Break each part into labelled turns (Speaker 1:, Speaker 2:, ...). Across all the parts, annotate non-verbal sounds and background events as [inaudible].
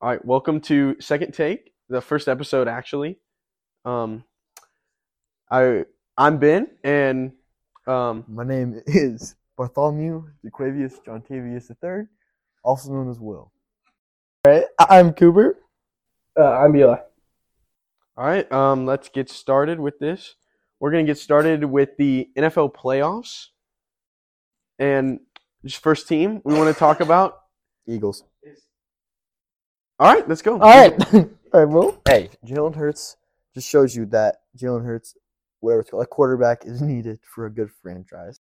Speaker 1: All right, welcome to Second Take, the first episode actually. Um, I I'm Ben, and um,
Speaker 2: My name [laughs] is Bartholomew Jaquavius Jontavius III, also known as Will. All right, I- I'm Cooper.
Speaker 3: Uh, I'm Eli.
Speaker 1: all right, um, let's get started with this. We're gonna get started with the NFL playoffs, and just first team we want to talk about.
Speaker 2: Eagles.
Speaker 1: All right, let's go.
Speaker 2: [laughs]
Speaker 3: All right. All right, Will.
Speaker 2: Hey, Jalen Hurts just shows you that Jalen Hurts, whatever it's called, a quarterback is needed for a good franchise.
Speaker 4: [laughs]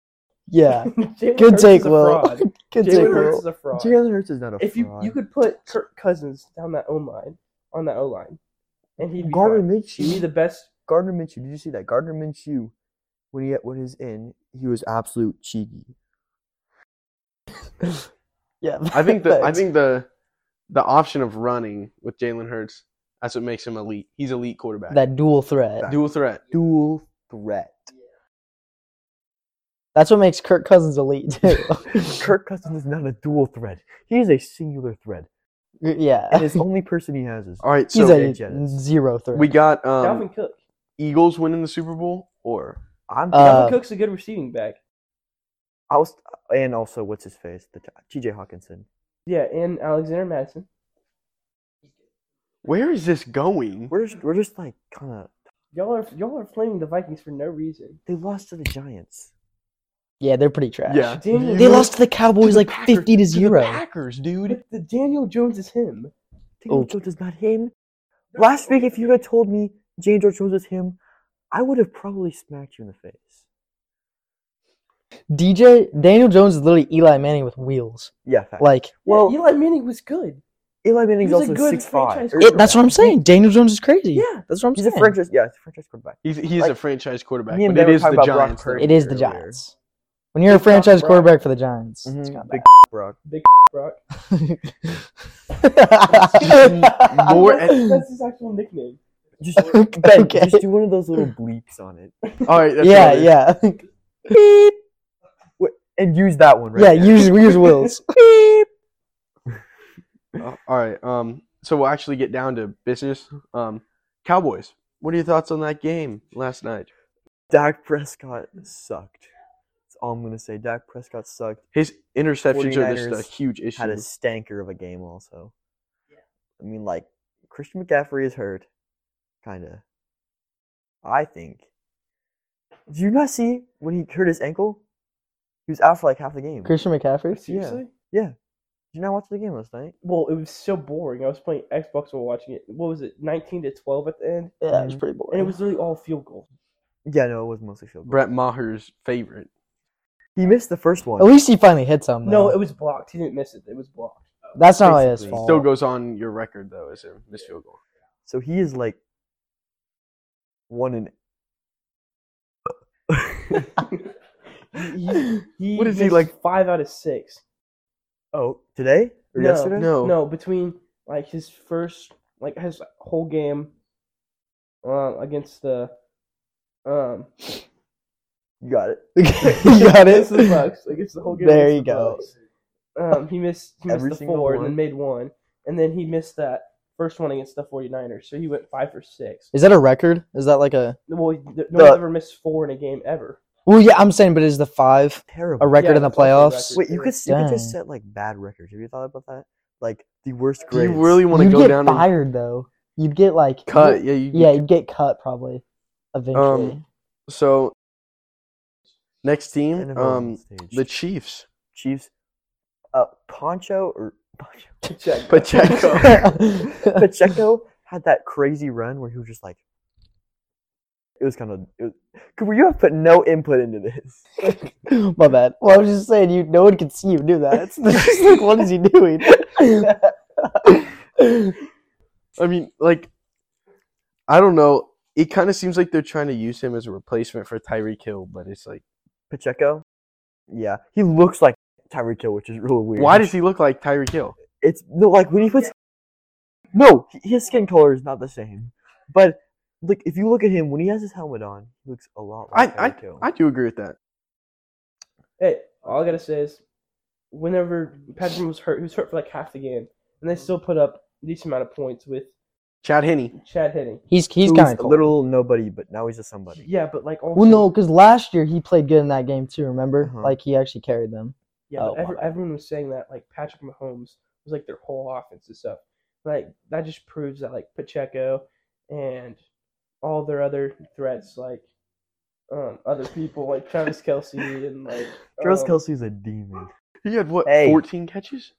Speaker 3: Yeah.
Speaker 4: Jalen
Speaker 3: Good
Speaker 4: Hurts
Speaker 3: take,
Speaker 4: is a
Speaker 3: Will.
Speaker 4: fraud.
Speaker 3: Good take,
Speaker 4: Jalen Hurts
Speaker 3: Will.
Speaker 4: is a fraud.
Speaker 2: Jalen Hurts is not a
Speaker 4: If you
Speaker 2: fraud.
Speaker 4: you could put Kirk Cousins down that O line on that O line, and he'd be
Speaker 2: Gardner
Speaker 4: fine. He'd be
Speaker 2: Minshew.
Speaker 4: the best.
Speaker 2: Gardner Minshew. Did you see that? Gardner Minshew, when he when he's in, he was absolute cheeky.
Speaker 3: [laughs] Yeah.
Speaker 1: I think the I
Speaker 3: thanks.
Speaker 1: think the the option of running with Jalen Hurts that's what makes him elite. He's elite quarterback.
Speaker 3: that dual threat.
Speaker 1: dual threat.
Speaker 2: Dual threat.
Speaker 3: That's what makes Kirk Cousins elite too. [laughs]
Speaker 2: Kirk Cousins is not a dual threat. He is a singular threat. And
Speaker 3: [laughs] yeah.
Speaker 2: his only person he has is
Speaker 1: All right,
Speaker 3: He's
Speaker 1: so
Speaker 3: a
Speaker 2: Jalen.
Speaker 3: zero threat.
Speaker 1: we got um,
Speaker 4: Dalvin Cook.
Speaker 1: Eagles winning the Super Bowl or
Speaker 2: I'm
Speaker 3: Uh,
Speaker 4: Dalvin Cook's a good receiving back.
Speaker 2: I was, and also what's his face? The T.J. Hawkinson.
Speaker 4: Yeah, and Alexander Madison.
Speaker 1: where is this going?
Speaker 2: We're just, we're just like kind of.
Speaker 4: Y'all are y'all are flaming the Vikings for no reason.
Speaker 2: They lost to the Giants.
Speaker 3: yeah, they're pretty trash.
Speaker 1: Yeah.
Speaker 4: Daniel
Speaker 3: They
Speaker 4: Jones-
Speaker 3: lost to the Cowboys
Speaker 1: the
Speaker 3: like
Speaker 1: Packers-
Speaker 3: fifty to
Speaker 1: the
Speaker 3: zero.
Speaker 1: Packers, dude.
Speaker 4: But the Daniel Jones is him.
Speaker 2: Daniel
Speaker 3: Oh.
Speaker 2: Jones is not him. Last week, if you had told me James George Jones was him, I would have probably smacked you in the face.
Speaker 3: DJ Daniel Jones is literally Eli Manning with wheels.
Speaker 2: Yeah, fact.
Speaker 3: Like
Speaker 2: well,
Speaker 4: Well, Eli Manning was good.
Speaker 2: Eli Manning's
Speaker 4: he was a
Speaker 2: also
Speaker 4: good
Speaker 2: six five.
Speaker 4: franchise
Speaker 3: it- that's what I'm saying. Daniel Jones is crazy.
Speaker 4: Yeah.
Speaker 3: that's what I'm
Speaker 2: He's a
Speaker 3: saying.
Speaker 2: franchise. Yeah, he's a franchise
Speaker 3: [laughs]
Speaker 2: quarterback.
Speaker 1: He's he's a
Speaker 2: Like,
Speaker 1: franchise quarterback,
Speaker 2: me and
Speaker 1: but it
Speaker 2: Ben were
Speaker 1: is the
Speaker 2: talking about Brock
Speaker 1: Giants. though.
Speaker 2: Purdy.
Speaker 3: It is the
Speaker 2: earlier.
Speaker 3: Giants. When you're a
Speaker 4: Big Tom
Speaker 3: franchise
Speaker 4: Brown.
Speaker 3: quarterback for the Giants, it's
Speaker 2: Mhm,
Speaker 3: kinda
Speaker 2: [laughs]
Speaker 3: [laughs]
Speaker 2: Big Brock.
Speaker 4: Brock.
Speaker 2: [laughs]
Speaker 3: bad.
Speaker 1: More
Speaker 4: that's,
Speaker 1: at-
Speaker 4: that's his actual nickname.
Speaker 2: Just, ben,
Speaker 3: Okay.
Speaker 2: just do one of those little bleeps on it
Speaker 1: All right, that's
Speaker 3: yeah,
Speaker 1: all it is.
Speaker 3: yeah, [laughs] Beep.
Speaker 2: and use that one. Right
Speaker 3: yeah.
Speaker 2: there.
Speaker 3: Use we use Will's.
Speaker 2: [laughs]
Speaker 3: Beep.
Speaker 1: Uh, all right, um, so we'll actually get down to business. Um, Cowboys. What are your thoughts on that game last night?
Speaker 2: Dak Prescott sucked. That's all I'm gonna say. Dak Prescott sucked.
Speaker 1: His interceptions are just a
Speaker 2: 49ers
Speaker 1: huge issue.
Speaker 2: Had a stanker of a game also. I mean, like Christian McCaffrey is hurt, kinda. I think. Did you not see when he hurt his ankle? He was out for like half the game. Did
Speaker 3: Christian McCaffrey.
Speaker 4: Seriously?
Speaker 2: you not watch the game last night?
Speaker 4: Well, it was so boring. I was playing Xbox while watching it. What was it, nineteen to twelve at the end? Mm-hmm.
Speaker 3: Yeah, Mm. it was pretty
Speaker 4: And
Speaker 3: boring.
Speaker 4: it was literally all field goals.
Speaker 2: Yeah, no, it was mostly field goal.
Speaker 1: Brett Maher's favorite.
Speaker 2: He missed the first one.
Speaker 3: At least he finally hit some.
Speaker 4: No,
Speaker 3: though.
Speaker 4: it was blocked. He didn't miss it. It was blocked.
Speaker 3: that's not really his
Speaker 2: basically.
Speaker 3: fault.
Speaker 1: Still goes on your record though as a missed field goal.
Speaker 2: So he is like one in.
Speaker 4: He, he
Speaker 1: What is he,
Speaker 4: missed
Speaker 1: like-
Speaker 4: Five out of six.
Speaker 2: Oh, today or
Speaker 4: No,
Speaker 2: yesterday?
Speaker 1: No,
Speaker 4: No, between like his first, like his whole game, um, against the, um, [laughs]
Speaker 2: You got it.
Speaker 3: you [laughs] got
Speaker 4: against the
Speaker 3: it.
Speaker 4: Bucks. Like it's the whole game.
Speaker 3: There
Speaker 4: against
Speaker 3: you
Speaker 4: the
Speaker 3: go.
Speaker 4: Bucks. Um, he missed. He missed
Speaker 2: Every
Speaker 4: the
Speaker 2: single
Speaker 4: four and
Speaker 2: one.
Speaker 4: then made one, and then he missed that first one against the 49ers. So he went five for six.
Speaker 3: Is that a record? Is that like a?
Speaker 4: Well, he- no
Speaker 2: The-
Speaker 4: one's ever missed four in a game ever.
Speaker 3: Well, yeah, I'm saying, but is the five
Speaker 2: Terrible.
Speaker 3: a record
Speaker 4: Yeah,
Speaker 3: in the
Speaker 4: it's also a record.
Speaker 3: playoffs?
Speaker 2: Wait, you could, you could just
Speaker 3: Dang.
Speaker 2: set like bad records. Have you thought about that? Like the worst
Speaker 1: Do
Speaker 2: grades.
Speaker 1: you really want to
Speaker 3: You'd
Speaker 1: go
Speaker 3: get
Speaker 1: down and
Speaker 3: fired though. You'd get like
Speaker 1: cut? Yeah, you,
Speaker 3: Yeah, you'd get cut probably eventually. [laughs]
Speaker 1: So next team,
Speaker 2: NFL
Speaker 1: um,
Speaker 2: stage.
Speaker 1: the Chiefs.
Speaker 2: Chiefs? Uh, Poncho or [laughs]
Speaker 1: [laughs]
Speaker 2: Poncho?
Speaker 4: Check.
Speaker 3: [laughs]
Speaker 1: Pacheco.
Speaker 2: Pacheco had that crazy run where he was just like, it was kind of. It was, Cooper, you have put no input into this.
Speaker 3: My bad. Well, I was just saying, you. No one could see you do that. It's [laughs] just like, what is he doing? [laughs]
Speaker 1: I mean, like, I don't know. It kind of seems like they're trying to use him as a replacement for Tyreek Hill, but it's like,
Speaker 2: Pacheco? Yeah, he looks like Tyreek Hill, which is really weird.
Speaker 1: why does he look like Tyreek Hill?
Speaker 2: It's no like when he puts. No, h- his skin color is not the same. But like if you look at him when he has his helmet on, he looks a lot
Speaker 1: I,
Speaker 2: like
Speaker 1: I,
Speaker 2: Tyreek Hill.
Speaker 1: I do agree with that.
Speaker 4: Hey, all I gotta say is, whenever Patrick was hurt, he was hurt for like half the game, and they still put up decent amount of points with
Speaker 1: Chad Henney.
Speaker 4: Chad Henning.
Speaker 3: He's he's
Speaker 2: Who was
Speaker 3: kind of
Speaker 2: a
Speaker 3: cool.
Speaker 2: little nobody, but now he's a somebody.
Speaker 4: Yeah, but like also,
Speaker 3: Well, no, because last year he played good in that game too. Remember,
Speaker 2: Uh-huh.
Speaker 3: like he actually carried them.
Speaker 4: yeah,
Speaker 3: Oh,
Speaker 4: but every-
Speaker 3: wow.
Speaker 4: everyone was saying that like Patrick Mahomes was like their whole offense and stuff. Like that just proves that like Pacheco and all their other threats, like um, other people like Travis Kelsey and like
Speaker 2: Charles
Speaker 4: um,
Speaker 2: Kelsey's a demon.
Speaker 1: He had what?
Speaker 2: Hey.
Speaker 1: 14 catches?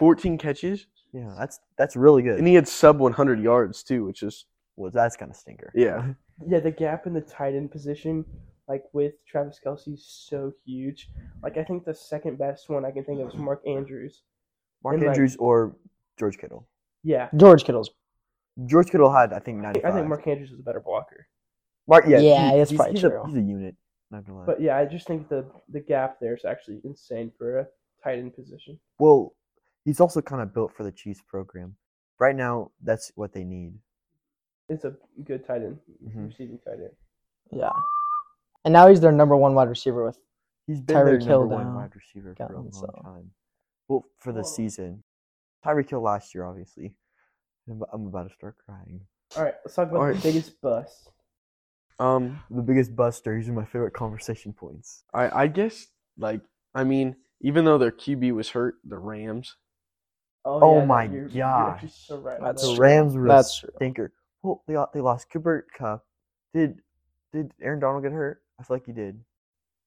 Speaker 1: 14 catches?
Speaker 2: Yeah, that's that's really good.
Speaker 1: And he had sub 100 yards too, which is
Speaker 2: well, that's kind of stinker.
Speaker 1: yeah.
Speaker 4: Yeah, the gap in the tight end position, like with Travis Kelsey, is so huge. Like I think the second best one I can think of is Mark Andrews.
Speaker 2: [laughs] Mark
Speaker 4: And, like-
Speaker 2: Andrews or George Kittle.
Speaker 4: Yeah,
Speaker 3: George Kittle's.
Speaker 2: George Kittle had I think
Speaker 4: I
Speaker 2: 95.
Speaker 4: think Mark Andrews is a better blocker.
Speaker 2: Mark yeah,
Speaker 3: Yeah,
Speaker 2: he-
Speaker 3: that's
Speaker 2: he's,
Speaker 3: probably
Speaker 2: he's
Speaker 3: true.
Speaker 2: A, he's a unit. Not gonna lie.
Speaker 4: But yeah, I just think the the gap there is actually insane for a tight end position.
Speaker 2: well, he's also kind of built for the Chiefs program. Right now, that's what they need.
Speaker 4: It's a good tight end,
Speaker 2: Mhm.
Speaker 4: receiving tight end.
Speaker 3: Yeah, and now he's their number one wide receiver with
Speaker 2: He's been their
Speaker 3: Tyreek
Speaker 2: number
Speaker 3: Hill
Speaker 2: one
Speaker 3: now.
Speaker 2: wide receiver for a long
Speaker 3: Gotten so-
Speaker 2: time. Well, for the
Speaker 4: Well-
Speaker 2: season, Tyreek Hill last year, obviously. I'm ab- I'm about to start crying.
Speaker 4: All right, let's talk about
Speaker 1: Alright.
Speaker 4: the biggest bust.
Speaker 1: Um
Speaker 2: The biggest buster. These are my favorite conversation points.
Speaker 1: I I guess like I mean, even though their QB was hurt, the Rams.
Speaker 2: Oh
Speaker 4: no,
Speaker 2: my
Speaker 4: you're- you're
Speaker 2: gosh.
Speaker 4: actually so right on
Speaker 3: That's
Speaker 4: that.
Speaker 2: The
Speaker 3: true.
Speaker 2: Rams were a
Speaker 3: That's true.
Speaker 2: stinker. Well, they they lost Cooper Cup. Did did Aaron Donald get hurt? I feel like he did.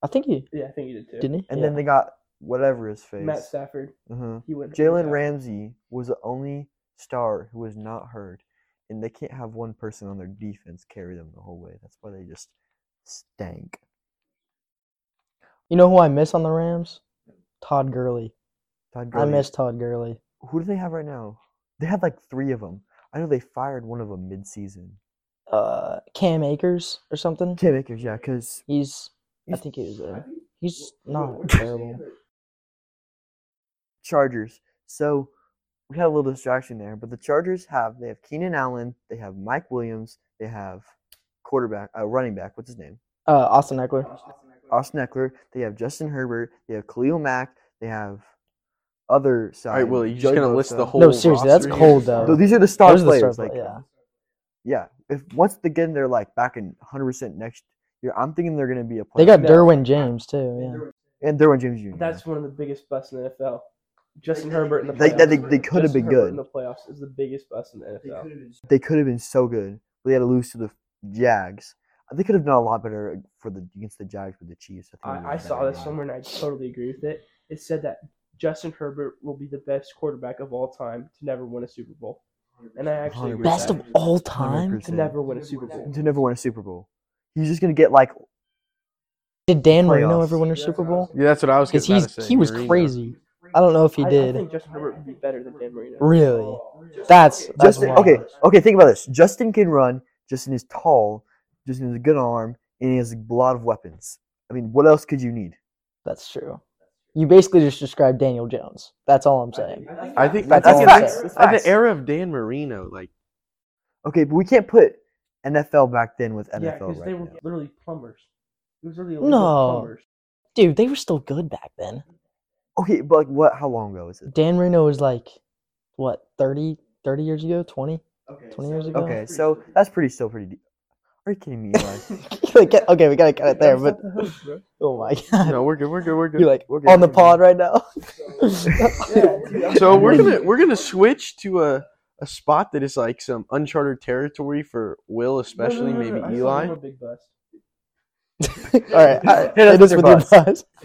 Speaker 3: I think he
Speaker 4: Yeah, I think you did too.
Speaker 3: didn't he.
Speaker 2: And
Speaker 3: Yeah.
Speaker 2: then they got whatever his face.
Speaker 4: Matt Stafford,
Speaker 2: uh-huh.
Speaker 4: he went.
Speaker 2: Jalen Ramsey was the only star who was not heard, and they can't have one person on their defense carry them the whole way. That's why they just stank.
Speaker 3: you know who I miss on the Rams? Todd Gurley.
Speaker 2: Todd
Speaker 3: I
Speaker 2: Gurley.
Speaker 3: miss Todd Gurley.
Speaker 2: Who do they have right now? They had like three of them. I know they fired one of them mid-season.
Speaker 3: Uh, Cam Akers or something.
Speaker 2: Tim Akers, yeah, because
Speaker 3: He's. I
Speaker 2: He's-
Speaker 3: think he was there. He's
Speaker 4: Wha-
Speaker 3: not
Speaker 4: what-
Speaker 3: terrible.
Speaker 2: Chargers. So we had a little distraction there, but the Chargers have they have Keenan Allen, they have Mike Williams, they have quarterback, uh, running back. What's his name?
Speaker 3: Uh, Austin Eckler.
Speaker 2: Austin Eckler. They have Justin Herbert. They have Khalil Mack. They have other side.
Speaker 1: All right, Willie, you
Speaker 2: Joey
Speaker 1: just gonna list the
Speaker 2: Bosa.
Speaker 1: whole
Speaker 3: No, seriously, that's
Speaker 1: roster here?
Speaker 3: cold, though.
Speaker 2: No, these are the star
Speaker 3: Those are the
Speaker 2: players.
Speaker 3: star
Speaker 2: like,
Speaker 3: play-
Speaker 2: yeah.
Speaker 3: yeah.
Speaker 2: If once again they're like back in 100 percent next year, I'm thinking they're gonna be a
Speaker 3: They
Speaker 2: player.
Speaker 3: got
Speaker 4: Yeah.
Speaker 3: Derwin James too.
Speaker 2: and Derwin James Jr.
Speaker 4: That's one of the biggest busts in the NFL. Justin Herbert in the
Speaker 2: They-
Speaker 4: playoffs.
Speaker 2: they- they could've
Speaker 4: Justin
Speaker 2: been
Speaker 4: Herbert
Speaker 2: good.
Speaker 4: in the playoffs is the biggest bust in the NFL.
Speaker 2: they could have been so good, but they had to lose to the Jags. Uh, They could have done a lot better for the against the Jags with the Chiefs. think it
Speaker 4: I, I
Speaker 2: was a
Speaker 4: saw
Speaker 2: better
Speaker 4: this
Speaker 2: game.
Speaker 4: somewhere and I totally agree with it. It said that Justin Herbert will be the best quarterback of all time to never win a Super Bowl, and I actually
Speaker 3: Yeah.
Speaker 4: agree
Speaker 3: Best
Speaker 4: with
Speaker 3: of
Speaker 4: that.
Speaker 3: all time.
Speaker 2: 100%.
Speaker 4: to never win a Super Bowl.
Speaker 2: to never win a Super Bowl. He's just gonna get like
Speaker 3: Did Dan Marino
Speaker 2: Playoffs.
Speaker 3: ever win a
Speaker 4: Yeah,
Speaker 3: Super
Speaker 4: that's what I
Speaker 3: Bowl?
Speaker 4: was
Speaker 1: Yeah, that's what I was
Speaker 3: Because
Speaker 1: gonna
Speaker 3: he's
Speaker 1: about to say.
Speaker 3: he was
Speaker 1: Marino.
Speaker 3: crazy. I don't know if he
Speaker 4: I, I
Speaker 3: did.
Speaker 4: think Justin Herbert would be better than Dan Marino. Oh.
Speaker 3: really? That's, that's
Speaker 2: Justin.
Speaker 3: wild.
Speaker 2: Okay, okay. Think about this. Justin can run. Justin is tall. Justin has a good arm, and he has a lot of weapons. I mean, what else could you need?
Speaker 3: That's true. You basically just described Daniel Jones. That's all I'm saying.
Speaker 1: I think
Speaker 3: That's
Speaker 1: I
Speaker 3: all
Speaker 1: think
Speaker 3: I'm
Speaker 1: that's-
Speaker 3: saying.
Speaker 2: That's
Speaker 1: at
Speaker 2: facts.
Speaker 1: the era of Dan Marino,
Speaker 3: [laughs]
Speaker 1: like
Speaker 2: Okay, but we can't put NFL back then with NFL
Speaker 4: yeah, because
Speaker 2: right
Speaker 4: they were
Speaker 2: now.
Speaker 4: literally plumbers. It was really
Speaker 3: No.
Speaker 4: plumbers.
Speaker 3: Dude, they were still good back then.
Speaker 2: Okay, but like, what? How long ago is it?
Speaker 3: Dan Marino was like, what, 30, 30 years ago? 20? 20 years ago?
Speaker 2: Okay, so that's pretty still pretty. Deep. Are you kidding me? [laughs] Eli?
Speaker 3: [laughs] Like, okay, we got to cut it there,
Speaker 4: That's
Speaker 3: but
Speaker 4: not the host, bro.
Speaker 3: oh my [laughs] God.
Speaker 1: no, we're good, we're good, we're good.
Speaker 3: You're like
Speaker 2: We're good,
Speaker 3: on the
Speaker 2: we're good.
Speaker 3: pod right now. [laughs]
Speaker 4: Yeah, dude, I'm-
Speaker 1: So we're gonna we're gonna switch to a a spot that is like some uncharted territory for Will,
Speaker 4: No, no,
Speaker 1: especially
Speaker 4: no, no,
Speaker 1: maybe
Speaker 4: I saw
Speaker 1: Eli. [laughs]
Speaker 4: one big bust.
Speaker 3: all right, all right.
Speaker 2: Hit us
Speaker 3: Hit us
Speaker 2: with
Speaker 3: with
Speaker 2: your
Speaker 3: your buzz. [laughs]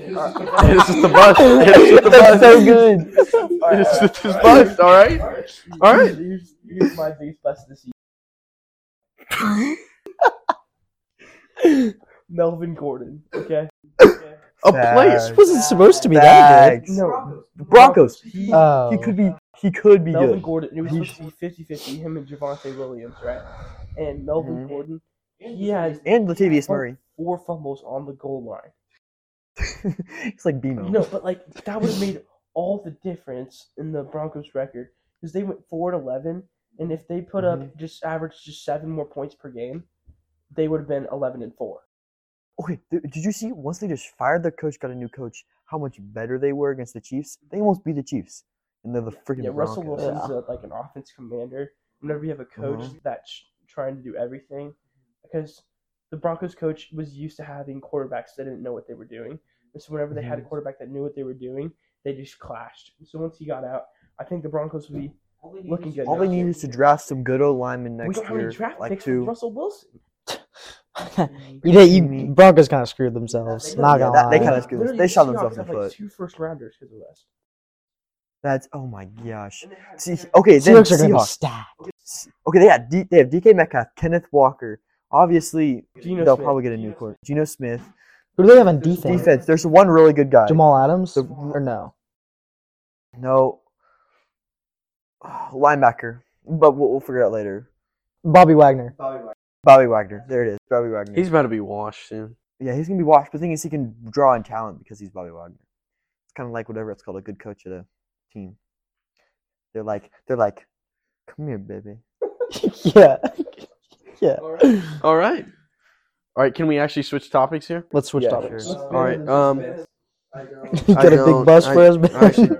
Speaker 1: Hit us with the bus. Hit us with the
Speaker 3: That's
Speaker 1: bus.
Speaker 3: so good.
Speaker 1: Hit us with this bus. All right. All right.
Speaker 4: Here's, here's my biggest bust this year. Melvin Gordon. Okay.
Speaker 1: A
Speaker 2: Facts.
Speaker 1: place.
Speaker 3: Wasn't supposed to be that
Speaker 2: Facts.
Speaker 4: No.
Speaker 2: The Broncos. He,
Speaker 3: good. Oh,
Speaker 2: he could be. He could be
Speaker 4: Melvin
Speaker 2: good.
Speaker 4: Gordon. It was
Speaker 2: He's-
Speaker 4: supposed to be 50 50, him and Javante Williams, right? And Melvin
Speaker 1: Mm-hmm.
Speaker 2: Mhm.
Speaker 4: Gordon, he has
Speaker 2: and Latavius
Speaker 4: [laughs]
Speaker 2: Murray.
Speaker 4: four fumbles on the goal line.
Speaker 2: it's like Bimo.
Speaker 4: No, but like that would have made all the difference in the Broncos record because they went four and eleven, and if they put
Speaker 2: Mm-hmm.
Speaker 4: up just average just seven more points per game, they would have been eleven and four.
Speaker 2: Okay, th- did you see once they just fired their coach, got a new coach, how much better they were against the Chiefs? They almost beat the Chiefs. and they're the freaking
Speaker 4: Yeah, Russell
Speaker 2: Broncos. Mm-hmm.
Speaker 4: Wilson's a, like an offense commander. Whenever you have a coach that's trying to do everything, because the Broncos coach was used to having quarterbacks that didn't know what they were doing, and so whenever they had a quarterback that knew what they were doing, they just clashed. So once he got out, I think the Broncos would be looking good.
Speaker 2: All they need is to draft some good old linemen
Speaker 4: we
Speaker 2: next
Speaker 4: don't have
Speaker 2: year,
Speaker 4: any draft
Speaker 2: like
Speaker 4: picks for
Speaker 2: two.
Speaker 4: Russell Wilson.
Speaker 3: [laughs] [laughs] you know, you Broncos kind of screwed themselves. Not
Speaker 2: Yeah,
Speaker 3: gonna
Speaker 2: that- they
Speaker 3: lie.
Speaker 2: kinda screwed us-
Speaker 4: Literally,
Speaker 2: they
Speaker 4: the
Speaker 2: shot themselves in
Speaker 4: Seahawks have,
Speaker 2: the
Speaker 4: like
Speaker 2: foot.
Speaker 4: two first rounders because of us.
Speaker 2: That's oh my gosh.
Speaker 4: And they had
Speaker 2: See, oh.
Speaker 4: Kenneth-
Speaker 2: okay, then
Speaker 3: Seahawks are gonna be
Speaker 2: Seahawks.
Speaker 3: stacked.
Speaker 2: Okay, they had D- they have DK Metcalf, Kenneth Walker. Obviously,
Speaker 4: Geno
Speaker 2: they'll
Speaker 4: Smith.
Speaker 2: probably get a new court. Geno Smith.
Speaker 3: Who do they have on
Speaker 4: There's
Speaker 3: defense?
Speaker 2: Defense. There's one really good guy.
Speaker 3: Jamal Adams
Speaker 2: The-
Speaker 3: or no?
Speaker 2: No. [sighs] Linebacker, but we'll, we'll figure it out later.
Speaker 3: Bobby Wagner. [laughs]
Speaker 2: Bobby Wagner. There it is. Bobby Wagner.
Speaker 1: He's about to be washed soon.
Speaker 2: yeah, he's gonna be washed. But the thing is, he can draw on talent because he's Bobby Wagner. It's kind of like whatever it's called, a good coach at a team. They're like, they're like, come here, baby.
Speaker 3: yeah, [laughs] yeah.
Speaker 4: [laughs] All right.
Speaker 1: All right. All right. Can we actually switch topics here?
Speaker 3: Let's switch
Speaker 2: Yeah,
Speaker 3: topics.
Speaker 2: sure.
Speaker 3: [laughs]
Speaker 1: All right. Um. I
Speaker 3: Get a big
Speaker 1: don't-
Speaker 3: bus
Speaker 1: I-
Speaker 3: for us.
Speaker 1: I
Speaker 3: [laughs]
Speaker 1: actually-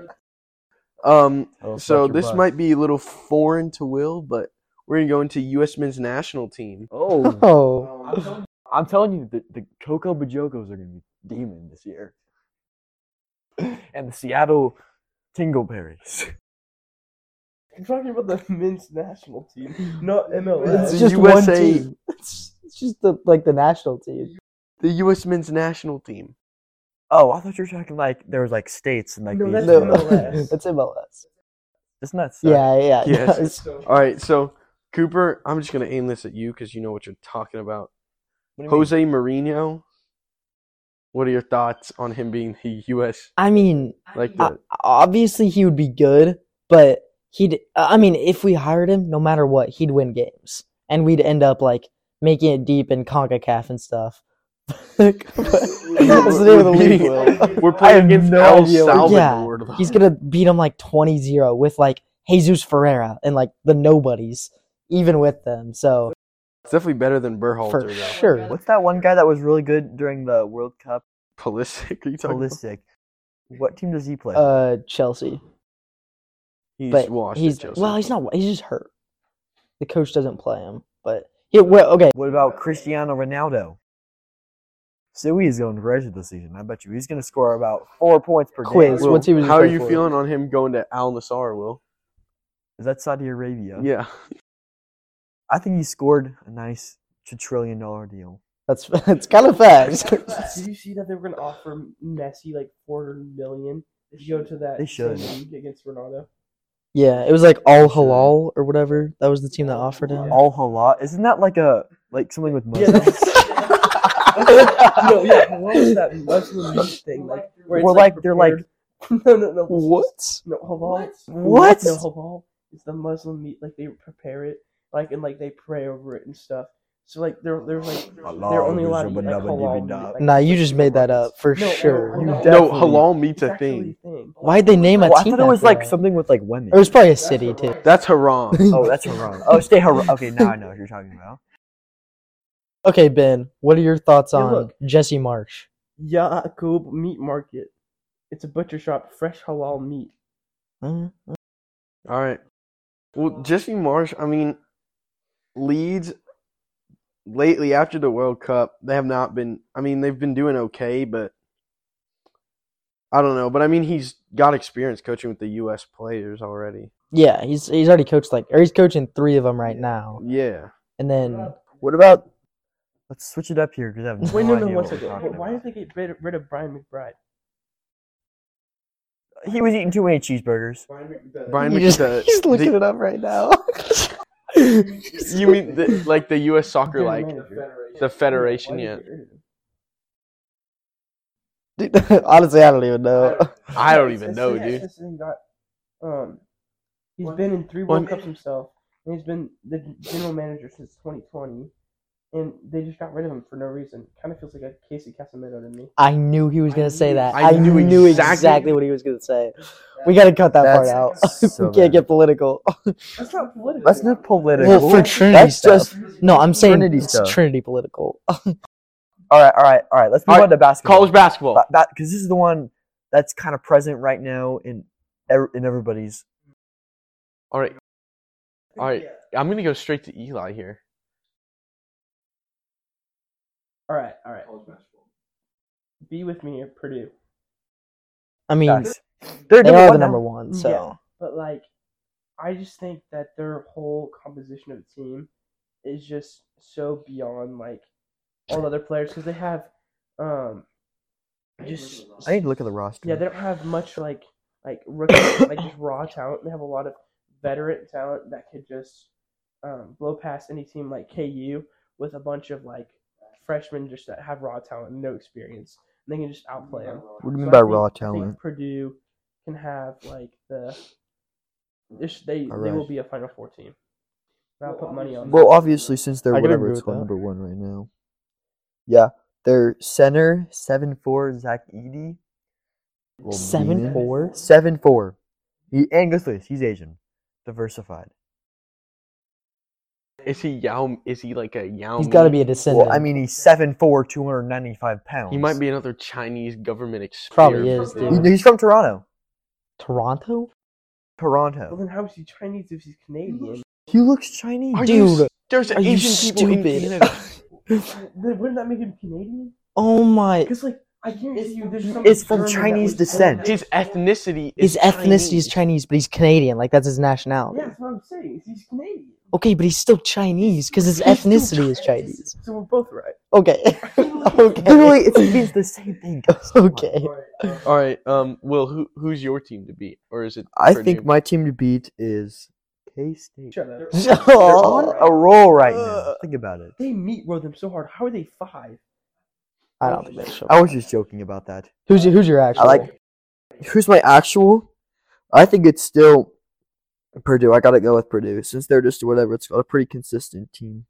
Speaker 1: Um.
Speaker 2: Oh, fuck
Speaker 1: So
Speaker 2: your
Speaker 1: this
Speaker 2: butt.
Speaker 1: might be a little foreign to Will, but we're gonna go into U.S. men's national team.
Speaker 2: [laughs] Oh,
Speaker 3: oh,
Speaker 2: I'm telling you, the, the Coco Bajocos are gonna be demon this year, [laughs] and the Seattle Tingleberries.
Speaker 4: I'm talking about the men's national team, not MLS.
Speaker 3: it's
Speaker 1: the
Speaker 3: just
Speaker 1: USA
Speaker 3: one team. It's, it's just the like the national team.
Speaker 1: The U.S. men's national team.
Speaker 2: Oh, I thought you were talking like there was like states and like
Speaker 4: No,
Speaker 2: these-
Speaker 4: that's
Speaker 3: No,
Speaker 4: MLS.
Speaker 3: it's MLS.
Speaker 2: Isn't that sad?
Speaker 3: Yeah, yeah.
Speaker 1: Yes.
Speaker 3: no, it's-
Speaker 1: All right. So Cooper, I'm just gonna aim this at you because you know what you're talking about.
Speaker 2: What do you mean?
Speaker 1: Jose Mourinho. What are your thoughts on him being the U.S.
Speaker 3: I mean,
Speaker 1: like
Speaker 3: I-
Speaker 1: the
Speaker 3: obviously he would be good, but he'd. uh, I mean, if we hired him, no matter what, he'd win games, and we'd end up like making it deep in Concacaf and stuff. [laughs]
Speaker 4: [laughs]
Speaker 3: That's the name of the league. Will.
Speaker 1: We're
Speaker 2: I
Speaker 1: playing
Speaker 2: have
Speaker 1: against
Speaker 2: no
Speaker 1: El
Speaker 2: idea what-
Speaker 1: Salvador. though.
Speaker 3: He's gonna beat him like 20-0 with like Jesus Ferreira and like the nobodies, even with them. So
Speaker 1: It's definitely better than Berhalter.
Speaker 3: for
Speaker 1: though.
Speaker 3: sure,
Speaker 2: What's that one guy that was really good during the World Cup?
Speaker 1: Pulisic. Are you talking about?
Speaker 2: Holistic. What team does he play?
Speaker 3: uh, Chelsea.
Speaker 1: He's
Speaker 3: But
Speaker 1: washed. at
Speaker 3: he's
Speaker 1: Chelsea.
Speaker 3: well, he's not. He's just hurt. The coach doesn't play him, but yeah. Well, okay.
Speaker 2: what about Cristiano Ronaldo? Sui is going crazy this season. I bet you he's going to score about four points per game.
Speaker 3: Quiz.
Speaker 1: Will,
Speaker 3: What's he was
Speaker 1: how are
Speaker 3: playing
Speaker 1: you
Speaker 3: for?
Speaker 1: feeling on him going to Al Nassr, Will?
Speaker 2: Is that Saudi Arabia?
Speaker 1: Yeah.
Speaker 2: I think he scored a nice trillion dollar deal.
Speaker 3: That's [laughs] it's kind of fast.
Speaker 4: Did you see that they were going to offer Messi like four million to go to that
Speaker 2: They should.
Speaker 4: same league against Ronaldo?
Speaker 3: [laughs] yeah, it was like all halal or whatever. That was the team that offered him.
Speaker 2: All halal. Isn't that like a like something with
Speaker 4: Yeah,
Speaker 2: Muslims?
Speaker 4: that's- [laughs] no, yeah. What was that Muslim league thing? Like, where it's,
Speaker 2: We're like, they're like
Speaker 4: prepared- [laughs] no, no, no.
Speaker 3: What?
Speaker 4: No, halal.
Speaker 2: What?
Speaker 4: No, halal is the Muslim meat. Like they prepare it, like and like they pray over it and stuff. So like they're they're like they're only allowed to eat like halal meat. Like,
Speaker 3: Nah, you just made that up for
Speaker 4: No, no,
Speaker 3: sure.
Speaker 4: no,
Speaker 2: You
Speaker 1: No,
Speaker 2: Definitely.
Speaker 1: halal meat's
Speaker 4: it's
Speaker 1: a
Speaker 4: actually
Speaker 1: thing.
Speaker 4: a thing.
Speaker 3: Why'd they name a
Speaker 2: Oh, I
Speaker 3: team?
Speaker 2: thought it was
Speaker 3: after
Speaker 2: like
Speaker 3: that?
Speaker 2: something with like women.
Speaker 3: It was probably a city too.
Speaker 1: That's haram.
Speaker 2: Oh,
Speaker 3: [laughs]
Speaker 2: that's haram. Oh, stay haram. Okay, now I know what you're talking about.
Speaker 3: Okay, Ben, what are your thoughts
Speaker 4: Yeah,
Speaker 3: on
Speaker 4: look.
Speaker 3: Jesse Marsh?
Speaker 4: Yaqub Meat Market. It's a butcher shop, fresh halal meat.
Speaker 2: Hmm?
Speaker 3: Huh?
Speaker 1: All right. Well, Jesse Marsh, I mean, Leeds lately after the World Cup, they have not been. I mean, they've been doing okay, but I don't know. But I mean, he's got experience coaching with the U.S. players already.
Speaker 3: Yeah, he's he's already coached like or he's coaching three of them right now,
Speaker 1: Yeah.
Speaker 3: and then
Speaker 2: What about? Let's switch it up here because I have no
Speaker 4: Wait, no, no,
Speaker 2: idea
Speaker 4: one
Speaker 2: what we're
Speaker 4: second.
Speaker 2: talking
Speaker 4: Why did
Speaker 2: about.
Speaker 4: they get rid rid of Brian McBride?
Speaker 2: He was eating too many cheeseburgers.
Speaker 4: Brian McBride.
Speaker 1: Brian
Speaker 3: you just-
Speaker 1: McDonough.
Speaker 3: [laughs] he's looking
Speaker 1: the-
Speaker 3: it up right now.
Speaker 1: [laughs] You mean the, like the U.S. soccer, like the federation? Yeah.
Speaker 3: Dude, honestly, I don't even know.
Speaker 1: I don't even know, dude.
Speaker 4: Got, um, he's been in three
Speaker 1: One-
Speaker 4: World Cups himself, and he's been the general manager since 2020, and they just got rid of him for no reason. Kind of feels like a Casey Casemiro to me.
Speaker 3: [laughs] I knew he was gonna say that.
Speaker 1: I
Speaker 3: I,
Speaker 1: knew
Speaker 3: knew,
Speaker 1: exactly-
Speaker 3: exactly, what he was gonna say. We gotta cut that part out.
Speaker 2: [laughs]
Speaker 3: [laughs]
Speaker 2: so
Speaker 3: we can't
Speaker 2: bad.
Speaker 3: get political. [laughs]
Speaker 4: That's not political.
Speaker 2: That's not political.
Speaker 3: Well, for Trinity
Speaker 2: That's
Speaker 3: stuff.
Speaker 2: just.
Speaker 3: No, I'm saying
Speaker 2: Trinity
Speaker 3: it's
Speaker 2: stuff.
Speaker 3: Trinity political. [laughs]
Speaker 2: All right, all right, all right. Let's move
Speaker 1: All right,
Speaker 2: on to basketball.
Speaker 1: College basketball.
Speaker 2: Ba- ba- because this is the one that's kind of present right now in ev- in everybody's.
Speaker 1: All right. All right. I'm going to go straight to Eli here.
Speaker 4: All right, all right. Be with me or Purdue,
Speaker 3: I mean,
Speaker 2: Facts.
Speaker 3: they
Speaker 2: number
Speaker 3: are
Speaker 2: one
Speaker 3: the
Speaker 2: now.
Speaker 3: number one,
Speaker 4: Yeah.
Speaker 3: so
Speaker 4: but like, I just think that their whole composition of the team is just so beyond like all other players because they have um just
Speaker 2: I need to look at the roster.
Speaker 4: Yeah, they don't have much like like rookie like just raw talent. They have a lot of veteran talent that could just um, blow past any team like KU with a bunch of like freshmen just that have raw talent and no experience. And they can just outplay them.
Speaker 2: What do you mean by raw
Speaker 4: I
Speaker 2: talent?
Speaker 4: think Purdue can have like the this, they they
Speaker 2: Alright.
Speaker 4: will be a Final Four team. And I'll put money on. that.
Speaker 2: Well, obviously, since they're
Speaker 3: I could
Speaker 2: whatever,
Speaker 3: agree
Speaker 2: it's
Speaker 3: with that.
Speaker 2: number one right now. Yeah, their center seven four Zach Eady. Will
Speaker 3: seven
Speaker 2: Beeman.
Speaker 3: four.
Speaker 2: Seven four. He and listen to this, he's Asian, diversified.
Speaker 1: Is he Yao? Is he like a Yao?
Speaker 3: He's got to
Speaker 1: Ming?
Speaker 3: be a descendant.
Speaker 2: Well, I mean, he's 7'4", 295 pounds.
Speaker 1: He might be another Chinese government experiment.
Speaker 3: Probably is,
Speaker 2: He-
Speaker 3: dude.
Speaker 2: he's from Toronto.
Speaker 3: Toronto,
Speaker 4: Well,
Speaker 2: Toronto.
Speaker 4: then how is he Chinese if he's Canadian?
Speaker 2: He looks Chinese.
Speaker 1: Are you
Speaker 3: dude.
Speaker 1: s- there's
Speaker 3: are you
Speaker 1: Asian people in
Speaker 3: stupid?
Speaker 1: Canada.
Speaker 4: [laughs] then wouldn't that make him Canadian?
Speaker 3: oh my!
Speaker 4: Because like I guarantee you, there's some.
Speaker 2: it's from
Speaker 4: German that
Speaker 2: Chinese
Speaker 4: was born
Speaker 2: descent.
Speaker 4: that
Speaker 1: His
Speaker 4: was born-
Speaker 1: ethnicity is
Speaker 3: His ethnicity is Chinese, but he's Canadian. Like that's his nationality.
Speaker 4: Yeah, that's what I'm saying. is He's Canadian.
Speaker 3: Okay, but he's still Chinese because his ethnicity is Chinese.
Speaker 4: So we're both
Speaker 2: [laughs]
Speaker 4: right.
Speaker 3: Okay. [laughs]
Speaker 2: Literally,
Speaker 3: okay.
Speaker 2: it's, it means the same [laughs] thing. guys. Come on.
Speaker 3: okay.
Speaker 1: All right. Um. Will, who who's your team to beat, or is it?
Speaker 2: I
Speaker 1: Purdue?
Speaker 2: think my team to beat is K State.
Speaker 4: Shut up.
Speaker 2: [laughs]
Speaker 3: They're
Speaker 2: They're
Speaker 3: all
Speaker 2: on a roll right now. Think about it.
Speaker 4: They meet row them so hard. How are they five?
Speaker 3: I don't think that's true.
Speaker 2: I was just joking about that.
Speaker 3: Who's your, who's your actual?
Speaker 2: I like. Who's my actual? I think it's still Purdue. I gotta go with Purdue since they're just whatever. It's a pretty consistent team.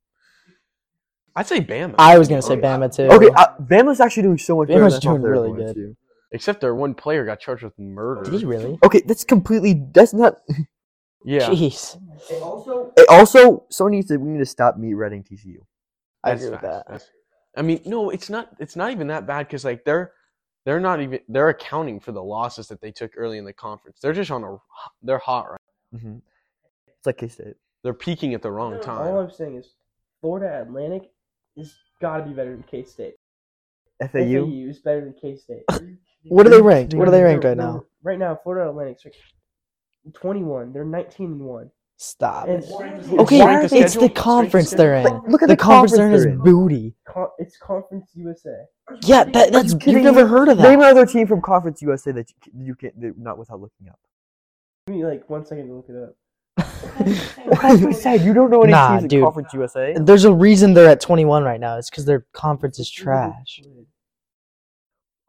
Speaker 1: I'd say Bama.
Speaker 3: I was gonna say Bama too.
Speaker 2: Okay, uh, Bama's actually doing so much better. than I
Speaker 3: Bama's
Speaker 2: thought
Speaker 3: doing
Speaker 2: they were
Speaker 3: really
Speaker 2: going
Speaker 3: good.
Speaker 2: to.
Speaker 1: Except their one player got charged with murder.
Speaker 3: Did he really?
Speaker 2: Okay, that's completely. That's not.
Speaker 1: Yeah.
Speaker 3: Jeez.
Speaker 2: It also, someone needs to. We need to stop meat reading TCU.
Speaker 3: I
Speaker 1: That's
Speaker 3: agree with
Speaker 1: facts,
Speaker 3: that.
Speaker 1: that's- I mean, no, it's not. It's not even that bad because like they're they're not even they're accounting for the losses that they took early in the conference. They're just on a they're hot right.
Speaker 2: Mm-hmm. It's like K State.
Speaker 1: They're peaking at the wrong
Speaker 4: All
Speaker 1: time.
Speaker 4: I'm saying is Florida Atlantic is gotta be better than K State.
Speaker 2: FAU.
Speaker 4: is better than K State.
Speaker 3: What are they ranked? What are they ranked right now?
Speaker 4: Right now, Florida Atlantic's ranked 21. They're 19 and one.
Speaker 3: Stop.
Speaker 4: And
Speaker 3: it.
Speaker 1: Okay,
Speaker 3: Okay,
Speaker 1: Strength of
Speaker 3: it's the
Speaker 1: schedule?
Speaker 3: conference
Speaker 1: Strength
Speaker 3: they're in.
Speaker 2: But look at
Speaker 3: The
Speaker 2: the
Speaker 3: conference they're in is
Speaker 2: conference they're
Speaker 3: booty.
Speaker 4: con- it's Conference USA.
Speaker 3: Yeah, that, that's
Speaker 2: kidding
Speaker 3: you've never
Speaker 2: me?
Speaker 3: heard of
Speaker 2: Name
Speaker 3: that.
Speaker 2: another team from Conference USA that you, c- you can't that- not without looking up.
Speaker 4: Give me like one second to look it up.
Speaker 2: What you said? You don't know any
Speaker 3: Nah,
Speaker 2: teams
Speaker 3: dude.
Speaker 2: in Conference USA.
Speaker 3: There's a reason they're at 21 right now. It's because their conference is trash.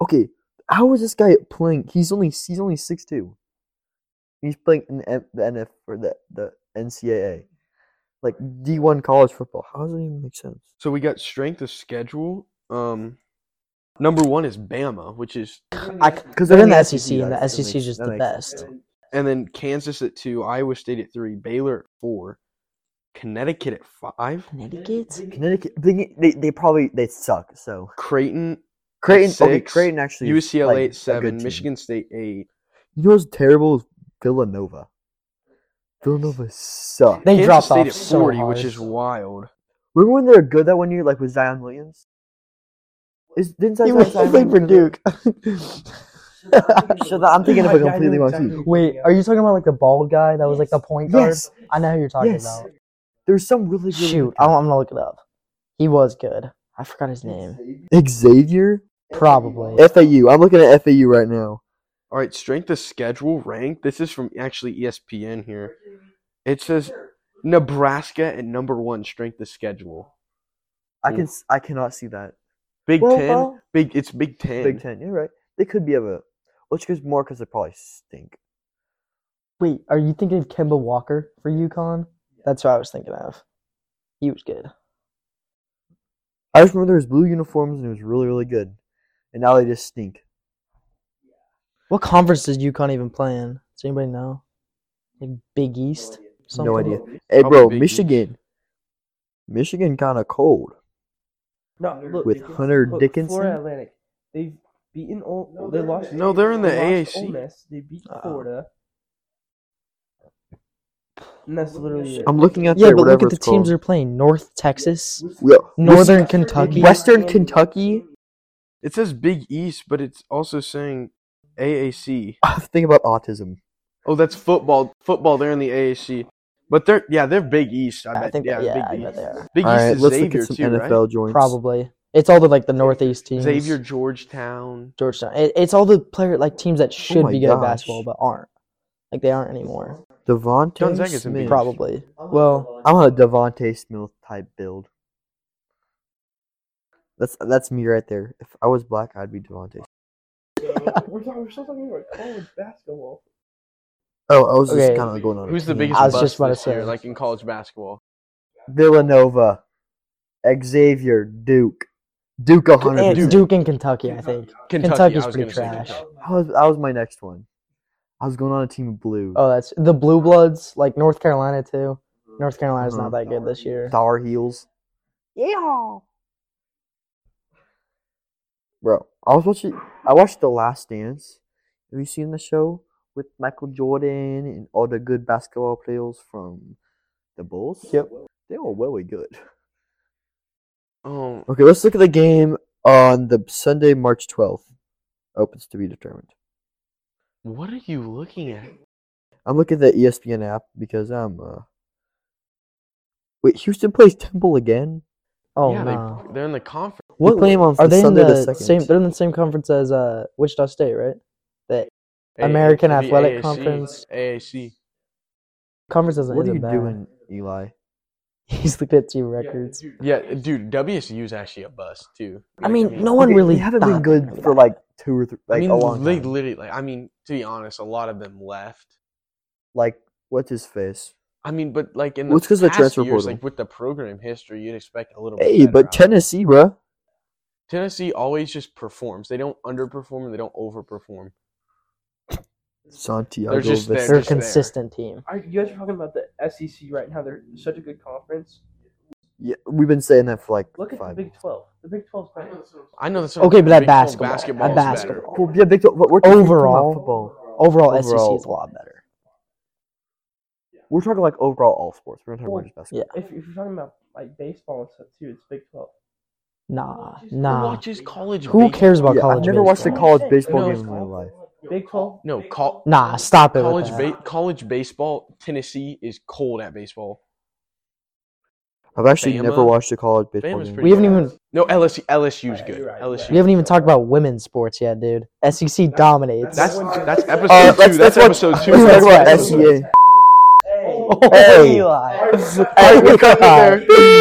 Speaker 2: Okay, how is this guy playing? He's only he's only six two. He's playing in the, N- the NF or the the NCAA, like D one college football. How does that even make sense?
Speaker 1: So we got strength of schedule. Um, number one is Bama, which is,
Speaker 2: Because
Speaker 3: They're in the SEC, and the SEC is just the best.
Speaker 1: and then Kansas at two, Iowa State at three, Baylor at four, Connecticut at five,
Speaker 3: Connecticut?
Speaker 2: Connecticut, they, they, they probably they suck. So
Speaker 1: Creighton,
Speaker 2: Creighton, okay,
Speaker 1: six,
Speaker 2: Creighton actually is,
Speaker 1: UCLA
Speaker 2: like,
Speaker 1: at
Speaker 2: a good
Speaker 1: seven,
Speaker 2: team.
Speaker 1: Michigan State eight.
Speaker 2: You know what's terrible is Villanova. Villanova sucks.
Speaker 3: They
Speaker 1: Kansas
Speaker 3: dropped
Speaker 1: State
Speaker 3: off
Speaker 1: at
Speaker 3: so
Speaker 1: forty,
Speaker 3: hard.
Speaker 1: which is [laughs] wild.
Speaker 2: Remember when they were good that one year, like with Zion Williams? Is didn't Zion,
Speaker 3: He was
Speaker 2: Zion
Speaker 3: playing for
Speaker 2: Williams go
Speaker 3: Duke.
Speaker 2: there? Shut up, I'm thinking of
Speaker 4: I-
Speaker 2: a
Speaker 4: I know
Speaker 2: completely wrong
Speaker 4: exactly
Speaker 2: team.
Speaker 4: who you're
Speaker 3: Wait,
Speaker 4: thinking of.
Speaker 3: are you talking about like the bald guy that was like the
Speaker 2: Yes.
Speaker 3: point guard?
Speaker 2: Yes.
Speaker 3: I know who you're talking
Speaker 2: Yes.
Speaker 3: about.
Speaker 2: There's some really, really good
Speaker 3: Shoot, I'm, I'm gonna look it up. He was good. I forgot his name.
Speaker 2: teams. Xavier,
Speaker 3: Probably.
Speaker 2: FAU. I'm looking at FAU right now.
Speaker 1: All right, strength of schedule rank. This is from actually E ESPN here. It says Nebraska at number one strength of schedule.
Speaker 2: I
Speaker 3: Hmm.
Speaker 2: can
Speaker 1: Ooh.
Speaker 2: s- I cannot see that.
Speaker 1: Big
Speaker 2: Well,
Speaker 1: Ten,
Speaker 2: well,
Speaker 1: big. It's Big Ten.
Speaker 2: Big Ten. You're right. They could be of a, which is more because they probably stink.
Speaker 3: Wait, are you thinking of Kemba Walker for UConn? That's what I was thinking of. He was good.
Speaker 2: I just remember there was blue uniforms and it was really, really good, and now they just stink.
Speaker 3: What conference does UConn even play in? Does anybody know? Like Big East?
Speaker 2: No
Speaker 3: something?
Speaker 2: idea. Hey,
Speaker 1: Probably
Speaker 2: bro,
Speaker 1: Big East.
Speaker 2: Michigan. Michigan kind of cold
Speaker 4: No, look,
Speaker 2: with Hunter
Speaker 4: look, Florida
Speaker 2: Dickinson.
Speaker 4: Atlantic. They've beaten Ole. they lost.
Speaker 1: No, they're in the
Speaker 4: they lost
Speaker 1: AAC.
Speaker 4: Ole Miss. They beat
Speaker 3: Uh-uh.
Speaker 4: Florida. And that's literally it.
Speaker 2: I'm looking at
Speaker 3: Yeah,
Speaker 2: their,
Speaker 3: but look
Speaker 2: whatever
Speaker 3: at the
Speaker 2: it's called.
Speaker 3: teams they're playing: North Texas,
Speaker 2: Yeah.
Speaker 3: Northern Kentucky.
Speaker 2: Western Kentucky.
Speaker 1: It says Big East, but it's also saying AAC.
Speaker 2: Think about autism.
Speaker 1: Oh, that's football. Football, they're in the AAC. But they're yeah, they're Big East. I
Speaker 3: I
Speaker 1: bet.
Speaker 3: think
Speaker 1: yeah,
Speaker 3: yeah, I
Speaker 1: Big
Speaker 3: bet
Speaker 1: East.
Speaker 3: they are.
Speaker 1: Big
Speaker 2: All
Speaker 1: East
Speaker 2: right,
Speaker 1: is
Speaker 2: let's
Speaker 1: Xavier
Speaker 2: look at
Speaker 1: too,
Speaker 2: some NFL
Speaker 1: right?
Speaker 2: joints.
Speaker 3: Probably. It's all the like the Northeast teams.
Speaker 1: Xavier, Georgetown.
Speaker 3: Georgetown. It, it's all the player like teams that should
Speaker 2: Oh my
Speaker 3: be good at
Speaker 2: gosh.
Speaker 3: basketball but aren't. Like they aren't anymore.
Speaker 2: Devontae
Speaker 1: Gonzaga's in big
Speaker 2: Smith.
Speaker 1: Prob-
Speaker 3: Probably. Well,
Speaker 2: I'm a Devontae Smith type build. That's that's me right there. If I was black, I'd be Devontae. [laughs]
Speaker 4: we're, talking, we're still talking about college basketball.
Speaker 2: Oh, I was
Speaker 3: Okay.
Speaker 2: just kind of going on. a
Speaker 1: Who's the
Speaker 2: tangent.
Speaker 1: biggest
Speaker 3: I was
Speaker 1: bust
Speaker 3: just about to
Speaker 1: this year,
Speaker 3: say.
Speaker 1: like in college basketball?
Speaker 2: Villanova, Xavier, Duke, Duke a
Speaker 3: and it's
Speaker 2: hundred. percent.
Speaker 3: Duke and Kentucky, I think.
Speaker 1: Kentucky.
Speaker 3: Kentucky's
Speaker 1: I was gonna
Speaker 3: pretty
Speaker 1: say
Speaker 3: trash.
Speaker 1: Kentucky.
Speaker 2: I was I was my next one. I was going on a team of blue.
Speaker 3: Oh, that's the Blue Bloods, like North Carolina too. North Carolina's
Speaker 2: Mhm.
Speaker 3: not that good this year.
Speaker 2: Star Heels. Yeah. Bro, I was watching. I watched The Last Dance. Have you seen the show with Michael Jordan and all the good basketball players from the Bulls?
Speaker 3: Yep.
Speaker 2: They were really good.
Speaker 1: Oh,
Speaker 2: Okay, let's look at the game on the Sunday, March twelfth. Opens to be determined.
Speaker 1: what are you looking at?
Speaker 2: I'm looking at the E ESPN app because I'm. uh Wait, Houston plays Temple again.
Speaker 3: Oh
Speaker 1: yeah,
Speaker 3: no.
Speaker 1: they, they're in the conference.
Speaker 2: What play 'em on
Speaker 3: Are they in
Speaker 2: Sunday the
Speaker 3: the,
Speaker 2: second?
Speaker 3: same they're in the same conference as uh Wichita State, right? The
Speaker 1: A-
Speaker 3: American
Speaker 1: it'll be
Speaker 3: Athletic
Speaker 1: AAC.
Speaker 3: Conference.
Speaker 1: AAC.
Speaker 3: conference doesn't
Speaker 2: What are
Speaker 3: isn't
Speaker 2: you
Speaker 3: bad.
Speaker 2: doing, Eli?
Speaker 3: [laughs] He's looked at two records.
Speaker 1: Yeah, dude, WSU is actually a bust too.
Speaker 3: I mean, no
Speaker 2: Okay,
Speaker 3: one really
Speaker 2: They haven't been
Speaker 3: thought
Speaker 2: good
Speaker 3: that.
Speaker 2: for like two or three, like
Speaker 1: I mean,
Speaker 2: a long
Speaker 1: they
Speaker 2: time.
Speaker 1: literally like. I mean, to be honest, a lot of them left.
Speaker 2: like what's his face?
Speaker 1: I mean, but like in the
Speaker 2: Well, it's 'cause of the
Speaker 1: past
Speaker 2: transfer
Speaker 1: years,
Speaker 2: portal.
Speaker 1: like with the program history, you'd expect a little. bit
Speaker 2: Hey,
Speaker 1: better
Speaker 2: but
Speaker 1: out.
Speaker 2: Tennessee, bro.
Speaker 1: Tennessee always just performs. They don't underperform and they don't overperform.
Speaker 2: Santiago.
Speaker 1: They're just there.
Speaker 3: They're a
Speaker 1: just there.
Speaker 3: consistent team.
Speaker 4: Are you guys are talking about the SEC right now? They're such a good conference.
Speaker 2: Yeah, we've been saying that for like
Speaker 4: Look at
Speaker 2: five.
Speaker 4: the Big Twelve. The Big 12's not good.
Speaker 1: I know that's
Speaker 3: Okay, but that
Speaker 1: Big 12
Speaker 3: basketball,
Speaker 1: basketball,
Speaker 3: that
Speaker 1: is better.
Speaker 3: basketball.
Speaker 2: Cool, yeah, big. But we're talking about
Speaker 3: Overall-
Speaker 2: football.
Speaker 3: Overall, SEC
Speaker 2: Overall.
Speaker 3: is a lot better.
Speaker 2: We're talking like overall all sports. We're not talking about just basketball.
Speaker 4: If, if you're talking about like baseball and stuff too, it's Big Twelve.
Speaker 3: Nah,
Speaker 1: Who
Speaker 3: nah.
Speaker 1: watches college?
Speaker 3: Who
Speaker 1: baseball?
Speaker 3: cares about
Speaker 2: Yeah,
Speaker 3: college
Speaker 2: I've never watched a
Speaker 3: baseball?
Speaker 2: college baseball
Speaker 1: No.
Speaker 2: game in my life.
Speaker 4: Big Twelve.
Speaker 1: No, col-
Speaker 3: Nah, stop it.
Speaker 1: college
Speaker 3: with that.
Speaker 1: ba- college baseball. Tennessee is cold at baseball.
Speaker 2: I've actually never
Speaker 1: Bama-
Speaker 2: watched a college baseball
Speaker 1: Bama's
Speaker 2: game.
Speaker 1: pretty
Speaker 3: we haven't
Speaker 1: bad.
Speaker 3: even
Speaker 1: No, LSU. LSU's
Speaker 4: Right,
Speaker 1: good.
Speaker 4: you're right,
Speaker 1: LSU.
Speaker 3: we haven't even talked about women's sports yet, dude. SEC dominates.
Speaker 1: That's
Speaker 3: [laughs]
Speaker 1: that's
Speaker 4: [laughs]
Speaker 1: episode
Speaker 2: Uh,
Speaker 1: two.
Speaker 2: let's-
Speaker 1: That's
Speaker 2: let's watch-
Speaker 1: episode
Speaker 2: [laughs]
Speaker 1: two.
Speaker 2: Let's
Speaker 1: That's
Speaker 2: talk
Speaker 4: E
Speaker 2: about
Speaker 1: episode-
Speaker 4: Oh
Speaker 2: SEA.
Speaker 4: Hey.
Speaker 3: oh,
Speaker 2: Hey.
Speaker 3: Eli.
Speaker 2: Hey,
Speaker 3: Oh,
Speaker 2: we're cutting it
Speaker 3: God.
Speaker 2: there.